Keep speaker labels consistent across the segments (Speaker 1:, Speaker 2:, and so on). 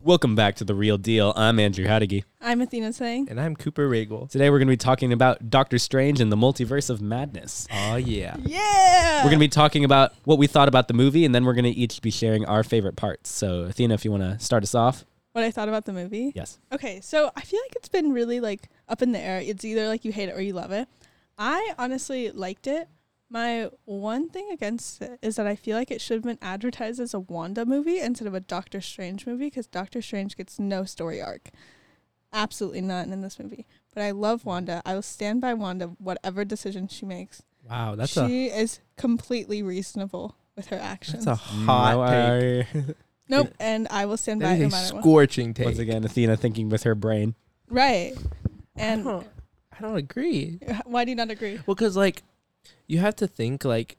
Speaker 1: Welcome back to The Real Deal. I'm Andrew Hadigy.
Speaker 2: I'm Athena saying.
Speaker 3: And I'm Cooper Regal.
Speaker 1: Today we're going to be talking about Doctor Strange and the Multiverse of Madness.
Speaker 3: Oh, yeah.
Speaker 2: Yeah.
Speaker 1: We're going to be talking about what we thought about the movie, and then we're going to each be sharing our favorite parts. So, Athena, if you want to start us off.
Speaker 2: what I thought about the movie.
Speaker 1: Yes.
Speaker 2: Okay, so I feel like it's been really like up in the air. It's either like you hate it or you love it. I honestly liked it. My one thing against it is that I feel like it should have been advertised as a Wanda movie instead of a Doctor Strange movie because Doctor Strange gets no story arc. Absolutely none in this movie. But I love Wanda. I will stand by Wanda, whatever decision she makes.
Speaker 3: Wow, that's a
Speaker 2: she is completely reasonable with her actions.
Speaker 3: that's a hot take.
Speaker 2: nope, and I will stand by
Speaker 3: That
Speaker 2: it no
Speaker 3: is a
Speaker 2: matter what.
Speaker 3: scorching take.
Speaker 1: Once again, Athena thinking with her brain.
Speaker 2: Right.
Speaker 3: I,
Speaker 2: And
Speaker 3: don't, I don't agree.
Speaker 2: why do you not agree?
Speaker 3: Well, because, like, you have to think, like,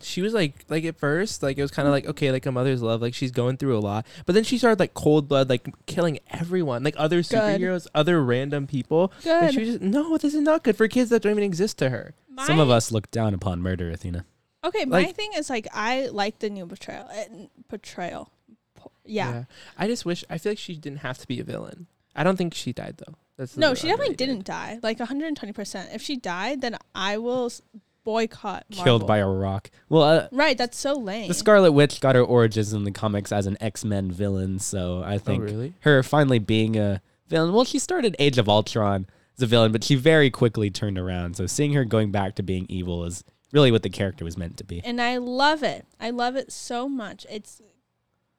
Speaker 3: she was like, like at first, like it was kind of like okay, like a mother's love, like she's going through a lot. But then she started like cold blood, like killing everyone, like other superheroes, other random people. And
Speaker 2: Good.
Speaker 3: she was just no, this is not good for kids that don't even exist to her.
Speaker 1: Some of us look down upon murder, Athena.
Speaker 2: Okay, my
Speaker 3: like-
Speaker 2: thing is like I like the new betrayal. and Portrayal. Po- Yeah.
Speaker 3: I just wish I feel like she didn't have to be a villain. I don't think she died though. That's
Speaker 2: No,
Speaker 3: the
Speaker 2: she definitely didn't
Speaker 3: underrated.
Speaker 2: die. Like 120%. If she died, then I will s- boycott Marvel.
Speaker 1: Killed by a rock. Well, uh,
Speaker 2: Right, that's so lame.
Speaker 1: the Scarlet Witch got her origins in the comics as an X Men villain, so
Speaker 3: Oh,
Speaker 1: I think
Speaker 3: really?
Speaker 1: her finally being a villain. Well, she started Age of Ultron as a villain, but she very quickly turned around. So seeing her going back to being evil is really what the character was meant to be.
Speaker 2: and I love it. I love it so much. It's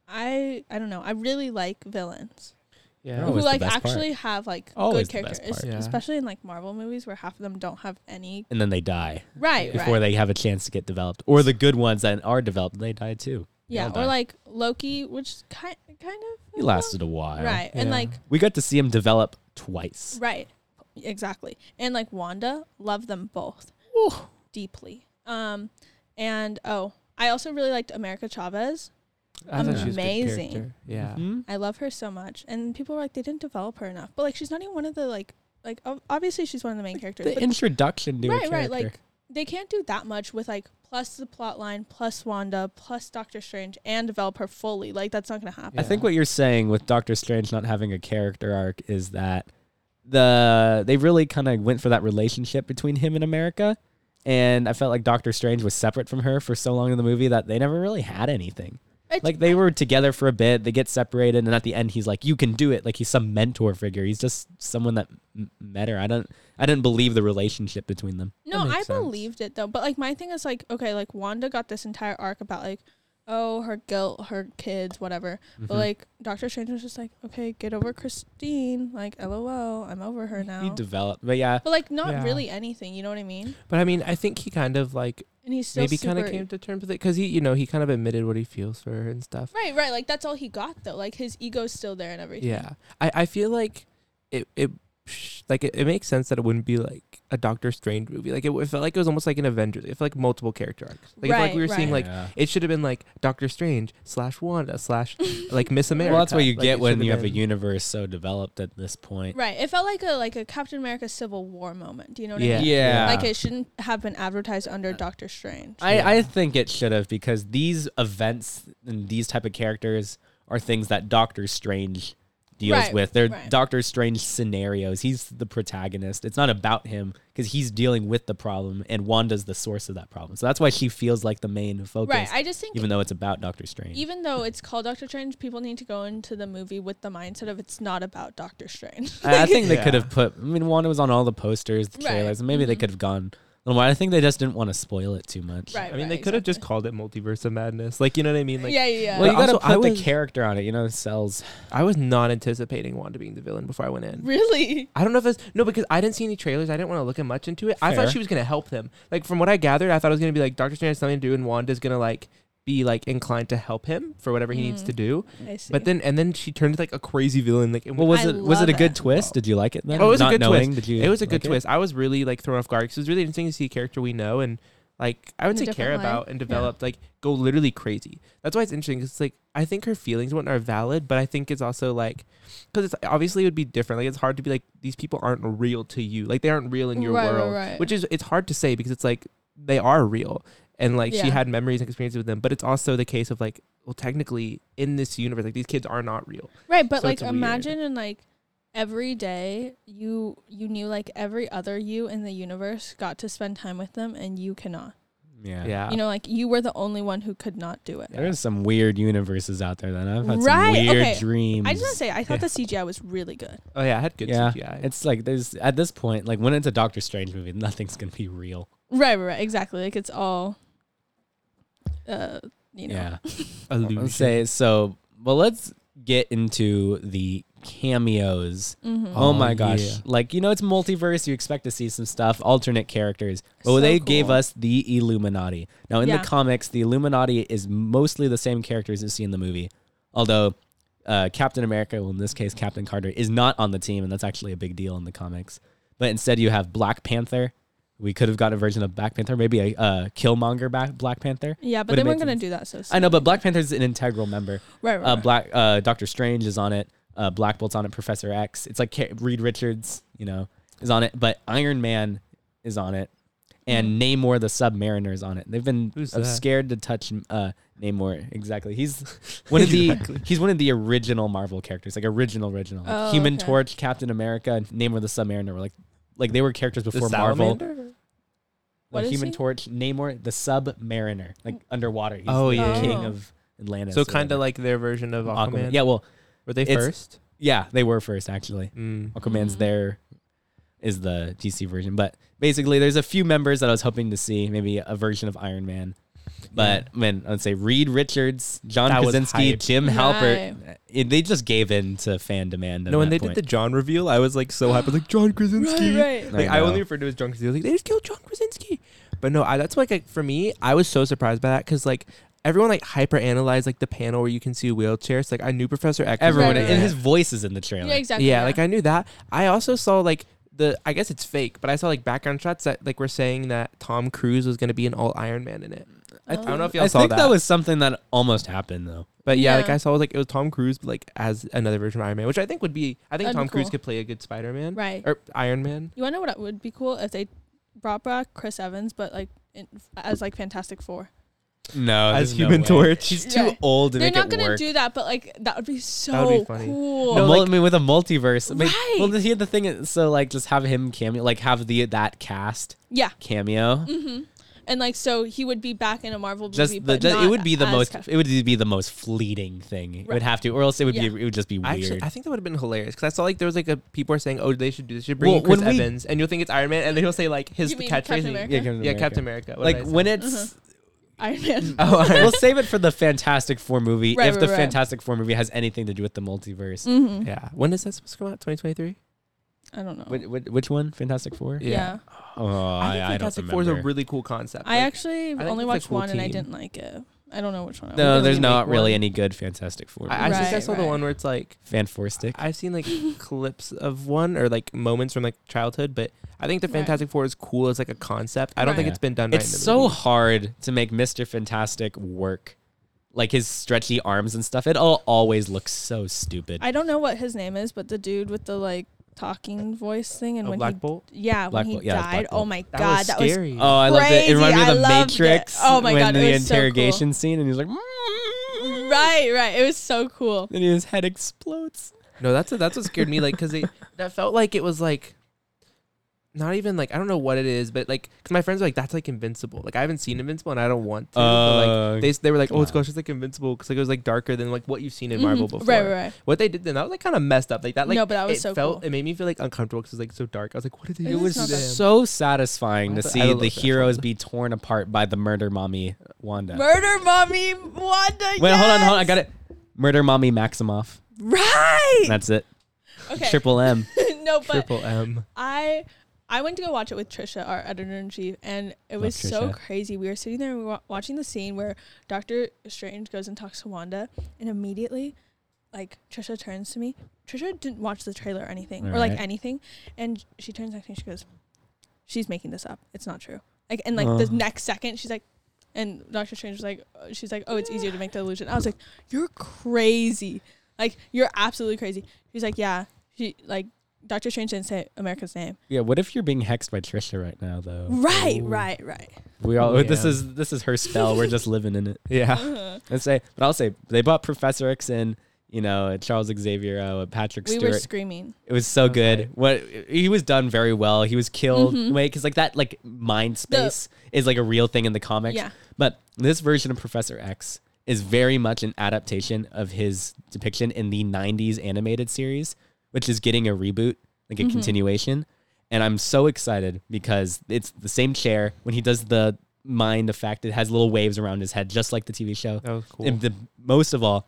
Speaker 2: I I don't know. I really like villains
Speaker 3: Yeah.
Speaker 1: Always
Speaker 2: who
Speaker 1: the
Speaker 2: like
Speaker 1: best part.
Speaker 2: actually have like
Speaker 1: Always
Speaker 2: good
Speaker 1: the best
Speaker 2: characters, es-
Speaker 3: part. Yeah.
Speaker 2: especially in like Marvel movies where half of them don't have any.
Speaker 1: And then they die
Speaker 2: Right, right.
Speaker 1: before they have a chance to get developed. Or the good ones that are developed, they die too. They
Speaker 2: Yeah,
Speaker 1: all
Speaker 2: or
Speaker 1: die.
Speaker 2: like Loki, which kind kind of
Speaker 1: he lasted a while.
Speaker 2: right, and
Speaker 3: Yeah.
Speaker 2: like
Speaker 1: We got to see him develop twice.
Speaker 2: right, exactly, and like Wanda, love them both deeply. Um, and oh, I also really liked America Chavez.
Speaker 3: I thought she was a good
Speaker 2: Amazing.
Speaker 3: character. Yeah.
Speaker 1: Hmm?
Speaker 2: I love her so much, and people were like they didn't develop her enough, but like she's not even one of the like like ob- obviously she's one of the main characters,
Speaker 1: The
Speaker 2: but
Speaker 1: introduction to a
Speaker 2: right,
Speaker 1: character.
Speaker 2: right, like they can't do that much with like plus the plot line, plus Wanda, plus Doctor Strange, and develop her fully. Like that's not gonna happen.
Speaker 1: I think
Speaker 3: Yeah.
Speaker 1: what you're saying with Doctor Strange not having a character arc is that the they really kind of went for that relationship between him and America, and I felt like Doctor Strange was separate from her for so long in the movie that they never really had anything.
Speaker 2: It's-
Speaker 1: Like they were together for a bit, they get separated, and at the end he's like, "You can do it." Like he's some mentor figure. He's just someone that m- met her. I don't, I didn't believe the relationship between them.
Speaker 2: No,
Speaker 3: makes
Speaker 2: I
Speaker 3: sense.
Speaker 2: believed it though. But like my thing is like, okay, like Wanda got this entire arc about like, oh, her guilt, her kids, whatever. But
Speaker 3: Hmm.
Speaker 2: like Doctor Strange was just like, okay, get over Christine. Like, lol, I'm over her
Speaker 1: He
Speaker 2: now.
Speaker 1: developed, but yeah,
Speaker 2: But like not
Speaker 3: Yeah.
Speaker 2: really anything, you know what I mean?
Speaker 3: But I mean, I think he kind of like
Speaker 2: And he's still
Speaker 3: maybe
Speaker 2: super,
Speaker 3: kind of came to terms with it because he, you know, he kind of admitted what he feels for her and stuff.
Speaker 2: right, right. Like that's all he got though. Like his ego's still there and everything.
Speaker 3: Yeah. I, I feel like it, it, sh- like it, it makes sense that it wouldn't be like a Doctor Strange movie. Like it, it felt like it was almost like an Avengers. It felt like multiple character arcs. Like, it felt like
Speaker 2: Right,
Speaker 3: we were seeing
Speaker 2: right.
Speaker 3: like
Speaker 1: Yeah.
Speaker 3: It should have been like Doctor Strange slash Wanda slash like Miss America.
Speaker 1: well, that's what you
Speaker 3: Like,
Speaker 1: get
Speaker 3: it
Speaker 1: when
Speaker 3: should
Speaker 1: you have a
Speaker 3: been-
Speaker 1: universe so developed at this point.
Speaker 2: Right. It felt like a like a Captain America Civil War moment. Do you know what I
Speaker 3: Yeah. Uh,
Speaker 2: mean?
Speaker 1: Yeah.
Speaker 2: Like it shouldn't have been advertised under Doctor Strange.
Speaker 1: I, I think it should have because these events and these type of characters are things that Doctor Strange deals
Speaker 2: Right,
Speaker 1: with. They're
Speaker 2: right.
Speaker 1: Doctor Strange scenarios. He's the protagonist. It's not about him because he's dealing with the problem, and Wanda's the source of that problem. So that's why she feels like the main focus,
Speaker 2: right. I just think
Speaker 1: even though it's about Doctor Strange.
Speaker 2: even though it's called Doctor Strange, people need to go into the movie with the mindset of it's not about Doctor Strange.
Speaker 1: I I think they could
Speaker 3: Yeah.
Speaker 1: have put. I mean, Wanda was on all the posters, the
Speaker 2: Right, mm-hmm.
Speaker 1: trailers, and maybe they could have gone. a little more. I think they just didn't want to spoil it too much.
Speaker 2: right.
Speaker 3: I mean, they could have just called it Multiverse of Madness. Like you know what I mean? Like
Speaker 2: yeah, yeah, yeah.
Speaker 1: Well, you got to
Speaker 3: also, I
Speaker 1: put the
Speaker 3: was-
Speaker 1: character on it. You know, sells.
Speaker 3: I was not anticipating Wanda being the villain before I went in.
Speaker 2: really?
Speaker 3: I don't know if it's no because I didn't see any trailers. I didn't want to look at much into it. I
Speaker 1: Fair.
Speaker 3: thought she was gonna help them. Like from what I gathered, I thought it was gonna be like Doctor Strange has something to do, and Wanda's gonna like be like inclined to help him for whatever he needs
Speaker 2: Mm.
Speaker 3: to do.
Speaker 2: I see.
Speaker 3: But then and then she turned like a crazy villain. Like it
Speaker 1: Well, was
Speaker 2: I
Speaker 1: it was it a
Speaker 2: love
Speaker 1: good
Speaker 2: it.
Speaker 1: twist? Did you like it then?
Speaker 3: Oh, it was a
Speaker 1: Not
Speaker 3: good
Speaker 1: knowing,
Speaker 3: twist.
Speaker 1: Did you
Speaker 3: it was a good
Speaker 1: like it?
Speaker 3: twist. I was really like thrown off guard because it was really interesting to see a character we know and like I would
Speaker 2: In a
Speaker 3: say care
Speaker 2: different way.
Speaker 3: about and develop like go literally crazy. That's why it's interesting because like I think her feelings and whatnot are valid, but I think it's also like because it's obviously it would be different. Like it's hard to be like these people aren't real to you, like they aren't real in your
Speaker 2: Right, right,
Speaker 3: world,
Speaker 2: right.
Speaker 3: which is it's hard to say because it's like they are real and like she
Speaker 2: Yeah.
Speaker 3: had memories and experiences with them. But it's also the case of like, well, technically in this universe, like these kids are not real.
Speaker 2: Right, but
Speaker 3: So
Speaker 2: like
Speaker 3: it's weird.
Speaker 2: imagine in like every day you you knew like every other you in the universe got to spend time with them and you cannot.
Speaker 1: Yeah.
Speaker 3: Yeah,
Speaker 2: You know, like you were the only one who could not do it.
Speaker 1: There's some weird universes out there that I've had some
Speaker 2: Right,
Speaker 1: weird
Speaker 2: okay.
Speaker 1: dreams.
Speaker 2: I just want to say I thought
Speaker 3: Yeah.
Speaker 2: the CGI was really good.
Speaker 3: oh yeah, I had good
Speaker 1: yeah,
Speaker 3: CGI.
Speaker 1: it's like there's at this point, like when it's a Doctor Strange movie, nothing's gonna be real.
Speaker 2: Right, right, right, exactly. Like it's all uh you know.
Speaker 1: Yeah,
Speaker 3: illusion.
Speaker 1: let's say so. Well, let's get into the cameos.
Speaker 2: Mhm.
Speaker 1: Oh,
Speaker 3: Oh,
Speaker 1: my gosh!
Speaker 3: yeah.
Speaker 1: Like you know, it's multiverse. You expect to see some stuff, alternate characters. Well,
Speaker 2: So
Speaker 1: Oh, they gave
Speaker 2: cool.
Speaker 1: us the Illuminati. Now in
Speaker 2: Yeah.
Speaker 1: the comics, the Illuminati is mostly the same characters you see in the movie, although. Uh, Captain America, well, in this case, Captain Carter, is not on the team, and that's actually a big deal in the comics. But instead, you have Black Panther. We could have got a version of Black Panther, maybe a uh, Killmonger back Black Panther.
Speaker 2: Yeah, but
Speaker 1: Would
Speaker 2: they
Speaker 1: it
Speaker 2: weren't
Speaker 1: make
Speaker 2: going
Speaker 1: sense?
Speaker 2: to do that so soon.
Speaker 1: I know, but Black Panther's an integral member.
Speaker 2: Right, right.
Speaker 1: Uh,
Speaker 2: right.
Speaker 1: Black uh, Doctor Strange is on it. Uh, Black Bolt's on it. Professor X. It's like Ca- Reed Richards, you know, is on it. But Iron Man is on it, and Namor the Submariner is on it. They've been
Speaker 3: Hmm. Who's
Speaker 1: uh,
Speaker 3: that?
Speaker 1: scared to touch uh, Namor. Exactly. He's one of the he's one of the original Marvel characters, like original original. Like
Speaker 2: Oh,
Speaker 1: Human
Speaker 2: okay.
Speaker 1: Torch, Captain America, and Namor the Submariner were like like they were characters
Speaker 3: The
Speaker 1: before Marvel.
Speaker 3: salamander?
Speaker 2: What
Speaker 1: Like
Speaker 2: is
Speaker 1: Human
Speaker 2: he?
Speaker 1: Torch, Namor the Submariner, like underwater. He's
Speaker 3: Oh,
Speaker 1: the
Speaker 3: yeah.
Speaker 1: king
Speaker 2: Oh.
Speaker 1: of Atlantis.
Speaker 3: So
Speaker 1: or
Speaker 3: kind
Speaker 1: whatever.
Speaker 3: of like their version of Aquaman.
Speaker 1: Yeah, well,
Speaker 3: were they
Speaker 1: it's-
Speaker 3: first?
Speaker 1: yeah, they were first actually.
Speaker 3: Mm.
Speaker 1: Aquaman's
Speaker 2: Mhm.
Speaker 1: there is the DC version, but basically there's a few members that I was hoping to see, maybe a version of Iron Man. But man, I'd say Reed Richards, John
Speaker 3: That was
Speaker 1: Krasinski,
Speaker 3: hype.
Speaker 1: Jim Halpert, eh, they just gave in to fan demand.
Speaker 3: No, when they did the John reveal, I was like so happy. I was Like John Krasinski.
Speaker 2: right, right.
Speaker 1: Like,
Speaker 3: Like I,
Speaker 1: know.
Speaker 3: only referred to it as John Krasinski. I was Like they just killed John Krasinski. But no, I, that's like, like for me, I was so surprised by that because like everyone like hyper analyzed like the panel where you can see wheelchairs. Like I knew Professor X. was
Speaker 1: everyone
Speaker 3: in
Speaker 2: Right,
Speaker 1: and
Speaker 3: it.
Speaker 1: his voice is in the trailer.
Speaker 2: Yeah, exactly.
Speaker 3: Yeah, like I knew that. I also saw like the I guess it's fake, but I saw like background shots that like were saying that Tom Cruise was gonna be an all Iron Man in it. I, I don't know if y'all
Speaker 1: I
Speaker 3: saw
Speaker 1: think
Speaker 3: that.
Speaker 1: that. was something that almost happened though.
Speaker 3: but yeah,
Speaker 2: Yeah.
Speaker 3: like I saw like it was Tom Cruise but, like as another version of Iron Man, which I think would be I think
Speaker 2: That'd be
Speaker 3: Tom Cruise
Speaker 2: cool.
Speaker 3: could play a good Spider Man
Speaker 2: right.
Speaker 3: or Iron Man.
Speaker 2: You want to know what would be cool if they brought back Chris Evans, but like in, as like Fantastic Four.
Speaker 1: No,
Speaker 3: As
Speaker 1: there's
Speaker 3: Human
Speaker 1: way.
Speaker 3: Torch.
Speaker 1: He's
Speaker 2: Yeah.
Speaker 1: too old to
Speaker 2: They're
Speaker 1: make
Speaker 2: not
Speaker 1: it
Speaker 2: gonna
Speaker 1: work.
Speaker 2: do that, but like that would be so
Speaker 3: That would be funny.
Speaker 2: cool.
Speaker 1: No, mul- I mean with a multiverse. I mean,
Speaker 2: Right.
Speaker 1: Well, the, the thing is, so like just have him cameo, like have the that cast
Speaker 2: yeah, Mm,
Speaker 1: cameo.
Speaker 2: Mm-hmm. and like so he would be back in a Marvel
Speaker 1: Just
Speaker 2: movie.
Speaker 1: the
Speaker 2: but
Speaker 1: just- it
Speaker 2: not
Speaker 1: would be the
Speaker 2: as
Speaker 1: most
Speaker 2: Cap-
Speaker 1: it would be the most fleeting thing. It
Speaker 2: Right.
Speaker 1: would have to, or else it would
Speaker 2: Yeah.
Speaker 1: be it would just be weird.
Speaker 3: Actually, I think that would have been hilarious because I saw like there was like a people were saying, "Oh, they should do this. Should bring
Speaker 1: Well,
Speaker 3: in Chris
Speaker 1: when we-
Speaker 3: Evans," and you'll think it's Iron Man, and then he'll say like his
Speaker 2: You mean
Speaker 3: catchphrase.
Speaker 2: Captain
Speaker 3: and-
Speaker 2: America?
Speaker 1: yeah, Captain
Speaker 3: Yeah,
Speaker 1: America.
Speaker 3: Captain America. What
Speaker 1: Like
Speaker 3: did I say?
Speaker 1: when it's.
Speaker 2: Uh-huh. Iron Man.
Speaker 3: oh, Iron Man.
Speaker 1: we'll save it for the Fantastic Four movie
Speaker 2: Right,
Speaker 1: if
Speaker 2: right,
Speaker 1: the
Speaker 2: right.
Speaker 1: Fantastic Four movie has anything to do with the multiverse.
Speaker 2: hmm
Speaker 3: yeah. When is that supposed to come out? Twenty twenty three.
Speaker 2: I don't know.
Speaker 1: Wh- wh- which one? Fantastic Four?
Speaker 2: yeah.
Speaker 1: Oh, I, I, don't
Speaker 3: Fantastic
Speaker 1: remember.
Speaker 3: Four is a really cool concept.
Speaker 2: I
Speaker 3: Like,
Speaker 2: actually
Speaker 3: think
Speaker 2: only
Speaker 3: it's a
Speaker 2: watched
Speaker 3: cool
Speaker 2: one and I
Speaker 3: team.
Speaker 2: didn't like it. I don't know which one. I
Speaker 1: no,
Speaker 2: watched.
Speaker 1: there's
Speaker 3: really
Speaker 1: not
Speaker 3: make
Speaker 1: really
Speaker 3: one.
Speaker 1: any good Fantastic Four.
Speaker 3: I, I
Speaker 1: movies.
Speaker 3: think I
Speaker 2: Right,
Speaker 3: saw the
Speaker 2: right.
Speaker 3: one where it's like
Speaker 1: Fan Four stick.
Speaker 3: I've seen like clips of one or like moments from like childhood, but I think the
Speaker 2: Right.
Speaker 3: Fantastic Four is cool as like a concept. I don't think
Speaker 1: Right.
Speaker 3: it's been done. right
Speaker 1: it's
Speaker 3: in the
Speaker 1: so
Speaker 3: movie.
Speaker 1: hard to make Mr. Fantastic work. Like his stretchy arms and stuff. It all always looks so stupid.
Speaker 2: I don't know what his name is, but the dude with the like talking voice thing and
Speaker 3: Oh,
Speaker 2: when
Speaker 3: Black
Speaker 2: he
Speaker 3: Bolt.
Speaker 2: yeah
Speaker 1: Black
Speaker 2: when he
Speaker 1: Bolt, yeah, it was
Speaker 2: died.
Speaker 1: Black
Speaker 2: Oh
Speaker 1: Bolt.
Speaker 2: my
Speaker 3: That
Speaker 2: god,
Speaker 3: was
Speaker 2: that was
Speaker 3: scary.
Speaker 1: Oh, I love it. It
Speaker 2: Crazy.
Speaker 1: reminded me
Speaker 2: I
Speaker 1: of the
Speaker 2: loved it.
Speaker 1: Matrix
Speaker 2: Oh my
Speaker 1: when
Speaker 2: God, it
Speaker 1: the
Speaker 2: was so cool.
Speaker 1: interrogation scene, and he's like,
Speaker 2: right, right. It was so cool.
Speaker 1: and his head explodes.
Speaker 3: No, that's that's what scared me. Like, cause it that felt like it was like not even like I don't know what it is, but like, cause my friends are like that's like Invincible. Like I haven't seen Invincible and I don't want to. but,
Speaker 1: Uh,
Speaker 3: like they they were like,
Speaker 1: come
Speaker 3: oh, it's
Speaker 1: on.
Speaker 3: gosh, it's like Invincible, cause like it was like darker than like what you've seen in
Speaker 2: Mhm.
Speaker 3: Marvel before.
Speaker 2: Right, right, right.
Speaker 3: What they did then that was like kind of messed up. Like that, like
Speaker 2: No, but that was
Speaker 3: it
Speaker 2: so
Speaker 3: felt
Speaker 2: cool.
Speaker 3: it made me feel like uncomfortable because it's like so dark. I was like, what did they
Speaker 2: It
Speaker 1: It
Speaker 2: It's
Speaker 3: do
Speaker 1: was
Speaker 3: to
Speaker 2: not
Speaker 3: them?
Speaker 2: bad.
Speaker 1: so satisfying to
Speaker 3: I
Speaker 1: see
Speaker 3: love
Speaker 1: the
Speaker 3: that film.
Speaker 1: heroes be torn apart by the murder mommy Wanda.
Speaker 2: Murder mommy Wanda.
Speaker 1: Wait, hold on, hold on. I
Speaker 2: yes!
Speaker 1: got it. Murder mommy Maximoff.
Speaker 2: Right.
Speaker 1: That's it.
Speaker 2: okay.
Speaker 1: Triple M.
Speaker 2: no, but
Speaker 3: Triple M.
Speaker 2: I I went to go watch it with Trisha, our editor in chief, and it was so
Speaker 1: Trisha.
Speaker 2: crazy. We were sitting there and we were wa- watching the scene where Doctor Strange goes and talks to Wanda, and immediately, like Trisha turns to me. Trisha didn't watch the trailer or anything, or like
Speaker 1: Alright.
Speaker 2: anything, and she turns next to me. She goes, "She's making this up. It's not true." Like, and like the
Speaker 1: Oh.
Speaker 2: next second, she's like. And Doctor Strange was like, uh, she's like, oh, it's easier to make the illusion. I was like, you're crazy, like you're absolutely crazy. She's like, yeah, she like Doctor Strange didn't say America's name.
Speaker 1: Yeah, what if you're being hexed by Trisha right now though?
Speaker 2: Right,
Speaker 3: Ooh.
Speaker 2: right, right.
Speaker 1: We all
Speaker 3: Oh, Yeah.
Speaker 1: this is this is her spell. We're just living in it.
Speaker 3: Yeah.
Speaker 2: Uh-huh.
Speaker 1: Let's say but I'll say they bought Professor X in, you know, Charles Xavier, uh, Patrick
Speaker 2: We
Speaker 1: Stewart.
Speaker 2: were screaming.
Speaker 1: It was so
Speaker 3: Okay.
Speaker 1: good. What he was done very well. He was killed.
Speaker 2: Mhm.
Speaker 1: Wait, because like that like mind
Speaker 2: The-
Speaker 1: space is like a real thing in the comics.
Speaker 2: Yeah.
Speaker 1: But this version of Professor X is very much an adaptation of his depiction in the '90s animated series, which is getting a reboot, like a
Speaker 2: Mhm.
Speaker 1: continuation. And I'm so excited because it's the same chair. When he does the mind effect, it has little waves around his head, just like the TV show.
Speaker 3: That was cool.
Speaker 1: And the most of all,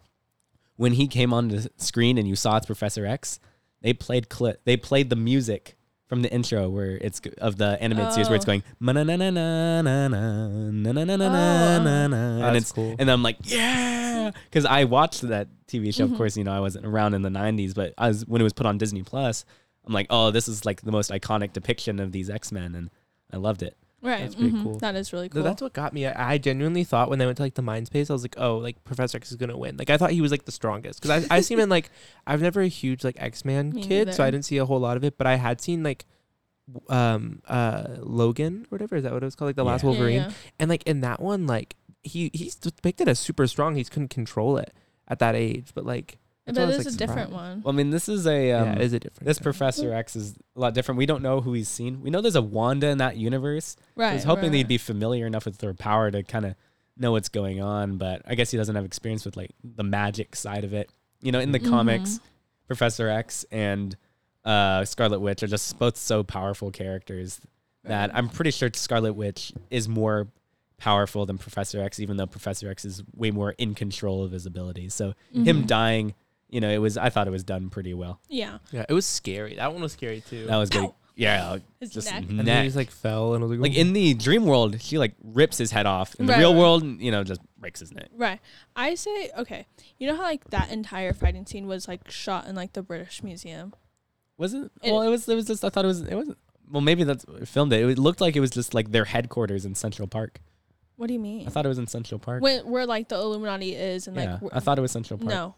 Speaker 1: when he came on the screen and you saw it's Professor X, they played cli They played the music from the intro where it's g- of the animated series where it's
Speaker 2: Oh.
Speaker 1: going na na na na na na na na na
Speaker 2: Oh, oh.
Speaker 1: na na
Speaker 3: That's
Speaker 1: and it's
Speaker 3: cool.
Speaker 1: and I'm like yeah because I watched that TV
Speaker 3: Mm-hmm.
Speaker 1: show. Of course, you know I wasn't around in the '90s, but I was when it was put on Disney Plus. I'm like, oh, this is like the most iconic depiction of these X Men, and I loved it.
Speaker 2: Right.
Speaker 3: That's pretty
Speaker 2: mhm.
Speaker 3: cool.
Speaker 2: That is really
Speaker 3: No,
Speaker 2: cool.
Speaker 3: that's what got me. I, I genuinely thought when they went to like the mind space, I was like, oh, like Professor X is gonna win. Like I thought he was like the strongest because I I seen him in, like I've never a huge like X Man
Speaker 2: Me
Speaker 3: kid, so
Speaker 2: neither.
Speaker 3: I didn't see a whole lot of it, but I had seen like w- um uh Logan or whatever is that what it was called like the last
Speaker 1: Yeah.
Speaker 2: Yeah,
Speaker 3: Wolverine
Speaker 2: yeah.
Speaker 3: and like in that one like he he's depicted as super strong. He couldn't control it at that age, but like
Speaker 2: But
Speaker 3: that's why I was,
Speaker 2: that
Speaker 3: like,
Speaker 2: is a different
Speaker 3: surprised.
Speaker 2: one.
Speaker 1: Well, I mean, this is a um,
Speaker 3: yeah, it is a different.
Speaker 1: This
Speaker 3: guy.
Speaker 2: Mm-hmm.
Speaker 1: Professor X is a lot different. We don't know who he's seen. We know there's a Wanda in that universe.
Speaker 2: Right.
Speaker 1: I was hoping
Speaker 2: right.
Speaker 1: they'd be familiar enough with their power to kind of know what's going on, but I guess he doesn't have experience with like the magic side of it. You know, in the
Speaker 2: Mhm.
Speaker 1: comics, Professor X and uh, Scarlet Witch are just both so powerful characters that I'm pretty sure Scarlet Witch is more powerful than Professor X, even though Professor X is way more in control of his abilities. So him
Speaker 2: Mhm.
Speaker 1: dying, you know, it was I thought it was done pretty well.
Speaker 2: Yeah.
Speaker 3: Yeah, it was scary. That one was scary too.
Speaker 1: That was good.
Speaker 2: Ow.
Speaker 1: Yeah,
Speaker 2: His
Speaker 1: just
Speaker 2: neck.
Speaker 3: and then he just like fell and I was like, "Oh,
Speaker 1: like in the dream world, she like rips his head off. In the
Speaker 2: Right,
Speaker 1: real
Speaker 2: right.
Speaker 1: world, you know, just breaks his neck.
Speaker 2: Right. I say okay. You know how like that entire fighting scene was like shot in like the British Museum.
Speaker 1: Wasn't
Speaker 2: It-
Speaker 1: well. It was. It was just. I thought it was. It wasn't. Well, maybe that's what filmed it. It looked like it was just like their headquarters in Central Park.
Speaker 2: What do you
Speaker 1: I
Speaker 2: mean?
Speaker 1: thought it was in Central Park.
Speaker 2: When, where like the Illuminati is and
Speaker 1: yeah,
Speaker 2: like wh-
Speaker 1: I thought it was Central Park.
Speaker 2: no,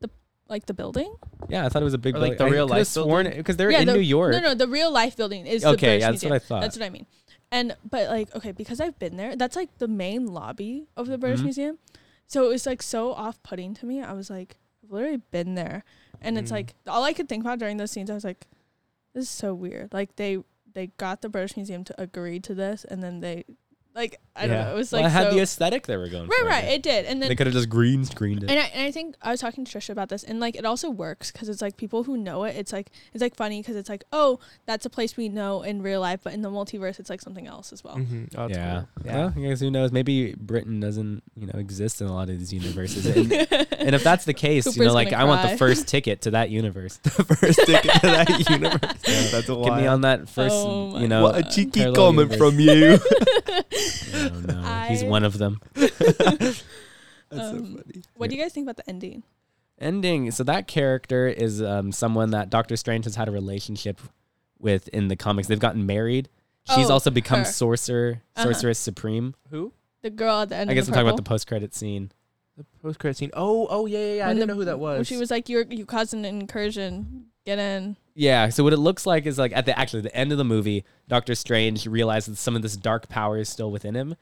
Speaker 2: the like the building.
Speaker 1: Yeah, I thought it was a big
Speaker 3: Or,
Speaker 1: building.
Speaker 3: like, the
Speaker 1: I
Speaker 3: real
Speaker 1: could've
Speaker 3: life
Speaker 1: sworn
Speaker 3: building?
Speaker 1: because they're
Speaker 2: Yeah,
Speaker 1: in
Speaker 2: the-
Speaker 1: New York.
Speaker 2: No, no, the real life building is the
Speaker 1: okay,
Speaker 2: British
Speaker 1: yeah, that's
Speaker 2: Museum.
Speaker 1: what I thought.
Speaker 2: That's what I mean. And but like okay, because I've been there, that's like the main lobby of the British
Speaker 1: Mhm.
Speaker 2: Museum. So it was like so off-putting to me. I was like, I've literally been there, and it's
Speaker 1: Mm-hmm.
Speaker 3: Mm.
Speaker 2: like all I could think about during those scenes. I was like, this is so weird. Like they they got the British Museum to agree to this, and then they like I don't
Speaker 3: Yeah.
Speaker 2: know. It was
Speaker 1: Well,
Speaker 2: like
Speaker 1: I had
Speaker 2: so,
Speaker 1: the aesthetic they were going
Speaker 2: right,
Speaker 1: for.
Speaker 2: right. It did, and then
Speaker 1: they could have just green screened it.
Speaker 2: and I, and I think I was talking to Trisha about this, and like it also works because it's like people who know it. It's like it's like funny because it's like oh that's a place we know in real life, but in the multiverse it's like something else as well.
Speaker 3: hmm oh, that's
Speaker 1: yeah.
Speaker 3: cool.
Speaker 1: yeah. Well, I guess who knows? Maybe Britain doesn't, you know, exist in a lot of these universes. And- and if that's the case, you know,
Speaker 2: Cooper's
Speaker 1: like
Speaker 2: gonna
Speaker 1: I want the
Speaker 2: cry.
Speaker 1: first ticket to that universe.
Speaker 3: the first ticket to that universe. That's a
Speaker 1: Get me on that first,
Speaker 2: Oh my
Speaker 1: you know.
Speaker 2: What
Speaker 3: Uh,
Speaker 2: a
Speaker 1: cheeky parallel comment universe. from
Speaker 3: you.
Speaker 1: I don't know. He's
Speaker 2: I-
Speaker 1: one of them.
Speaker 2: Um, What do you guys think about the ending?
Speaker 1: Ending. So that character is um, someone that Doctor Strange has had a relationship with in the comics. They've gotten married. She's
Speaker 2: Oh,
Speaker 1: also become
Speaker 2: her.
Speaker 1: sorcerer,
Speaker 2: Uh-huh.
Speaker 1: sorceress supreme.
Speaker 3: Who?
Speaker 2: The girl at the end.
Speaker 1: I guess
Speaker 2: of
Speaker 1: I'm
Speaker 2: the
Speaker 1: talking about the
Speaker 2: purple?
Speaker 1: post credit scene.
Speaker 3: The post credit scene. Oh, oh yeah, yeah, yeah. I
Speaker 2: When
Speaker 3: didn't
Speaker 2: the-
Speaker 3: know who that
Speaker 2: when
Speaker 3: was.
Speaker 2: She was like you you caused an incursion. Get in.
Speaker 1: Yeah. So what it looks like is like at the actually the end of the movie, Doctor Strange realizes some of this dark power is still within him.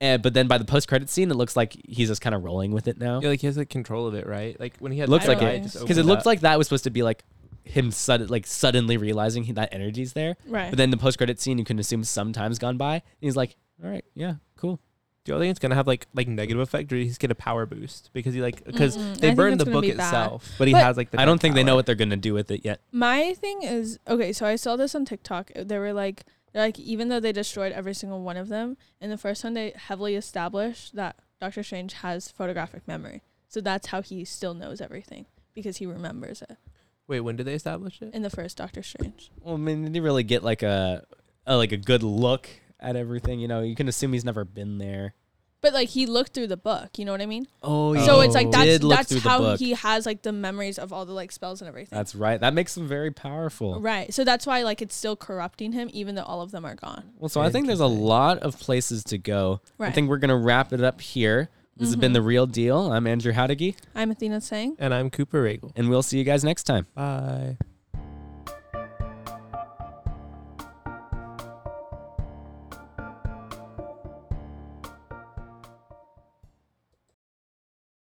Speaker 1: And, but then by the post credit scene, it looks like he's just kind of rolling with it now.
Speaker 3: yeah, like he has like control of it, right? Like when he had
Speaker 1: looks
Speaker 2: I
Speaker 1: like
Speaker 2: don't
Speaker 1: it
Speaker 2: know.
Speaker 1: because it looks like that was supposed to be like him sudden like suddenly realizing he, that energy's there
Speaker 2: Right.
Speaker 1: but then the post-credit scene you can assume some time's gone by and he's like all right yeah cool
Speaker 3: Do you think it's gonna have like like negative effect, or he's get a power boost because he like because
Speaker 2: Mm-mm. I
Speaker 3: they
Speaker 2: think
Speaker 3: burned
Speaker 2: it's
Speaker 3: the
Speaker 2: gonna
Speaker 3: book
Speaker 2: be bad.
Speaker 3: itself, but he
Speaker 2: But-
Speaker 3: has like the.
Speaker 1: i don't
Speaker 3: dark
Speaker 1: think they know
Speaker 3: power.
Speaker 1: what they're gonna do with it yet
Speaker 2: My thing is okay. So I saw this on TikTok. They were like, they're like, even though they destroyed every single one of them, in the first one they heavily established that Doctor Strange has photographic memory, so that's how he still knows everything because he remembers it
Speaker 3: Wait, when did they establish it?
Speaker 2: in the first Doctor Strange.
Speaker 1: well i mean did he really get like a, a like a good look at everything you know you can assume he's never been there
Speaker 2: But like he looked through the book, you know what I mean?
Speaker 1: oh
Speaker 3: yeah.
Speaker 2: So it's like
Speaker 3: Oh.
Speaker 2: that's
Speaker 1: Did look
Speaker 2: that's
Speaker 1: through the
Speaker 2: how
Speaker 1: book.
Speaker 2: he has like the memories of all the like spells and everything.
Speaker 1: that's right that makes him very powerful
Speaker 2: right. So that's why like it's still corrupting him, even though all of them are gone.
Speaker 1: Well, so I think there's a
Speaker 3: Interesting.
Speaker 1: lot of places to go. I
Speaker 2: Right.
Speaker 1: think we're going to wrap it up here. This has been
Speaker 2: Mhm.
Speaker 1: The Real Deal. I'm Andrew Howdigy,
Speaker 2: I'm Athena saying.
Speaker 3: And I'm Cooper Regal.
Speaker 1: and we'll see you guys next time.
Speaker 3: Bye.